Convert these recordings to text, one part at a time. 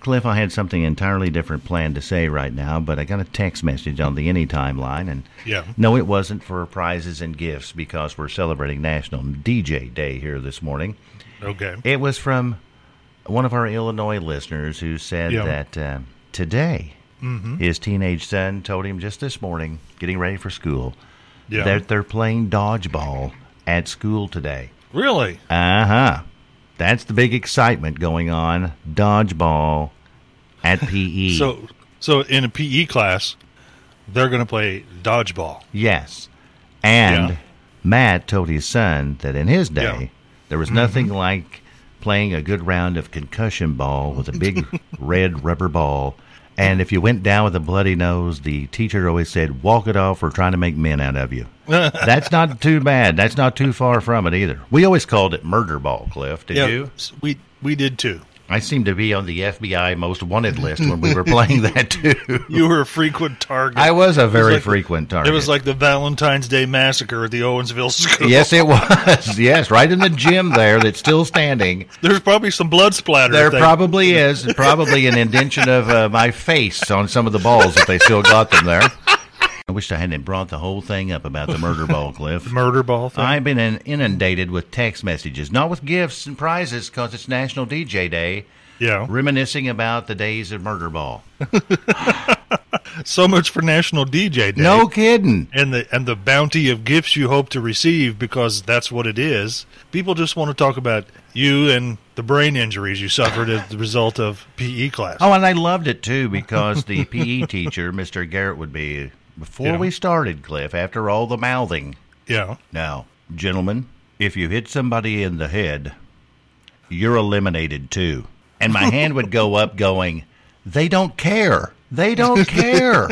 Cliff, I had something entirely different planned to say right now, but I got a text message on the Anytime line, and Yeah. no, it wasn't for prizes and gifts because we're celebrating National DJ Day here this morning. Okay. It was from one of our Illinois listeners who said Yeah. Mm-hmm. that uh, today his teenage son told him just this morning, getting ready for school, Yeah. that they're playing dodgeball at school today. really? Uh huh. That's the big excitement going on. Dodgeball at E. PE. So, so in a PE class, they're going to play dodgeball. yes. And Yeah. Matt told his son that in his day, Yeah. Mm-hmm. there was nothing like playing a good round of concussion ball with a big red rubber ball. And if you went down with a bloody nose, the teacher always said, Walk it off, we're trying to make men out of you. That's not too bad. That's not too far from it either. We always called it murder ball, Cliff. Did you? s- We we did too. I seem to be on the FBI most wanted list when we were playing that too. You were a frequent target. I was a very like- frequent target. It was like the Valentine's Day massacre at the Owensville school. yes, it was. Yes, right in the gym there that's still standing. There's probably some blood splatter. There if they- probably is probably an indention of uh, my face on some of the balls if they still got them there. I wish I hadn't brought the whole thing up about the murder ball, Cliff. murder ball thing. I've been in- inundated with text messages, not with gifts and prizes, because it's National DJ Day, yeah. reminiscing about the days of murder ball. So much for National DJ Day. No kidding. And the and the bounty of gifts you hope to receive because that's what it is. People just want to talk about you and the brain injuries you suffered as the result of PE class. Oh, and I loved it too because the PE teacher, Mr. Garrett, would be before Yeah. we started, Cliff, after all the mouthing. Yeah. Now, gentlemen, if you hit somebody in the head, you're eliminated too. And my hand would go up going, they don't care. They don't care.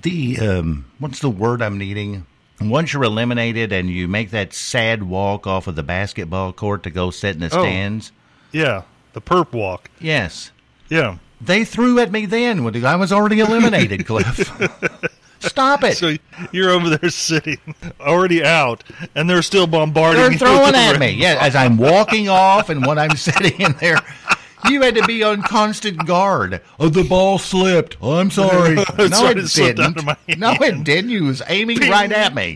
the, um, what's the word I'm needing? Once you're eliminated and you make that sad walk off of the basketball court to go sit in the Oh. stands, Yeah. The perp walk. yes, Yeah. They threw at me then when I was already eliminated, Cliff. Stop it. So you're over there sitting, already out, and they're still bombarding They're you. throwing with at the- me. Yeah, as I'm walking off and when I'm sitting in there. You had to be on constant guard. Oh, the ball slipped. I'm sorry. That's no, right, it it slipped didn't. out of my No, it didn't. You was aiming right at me.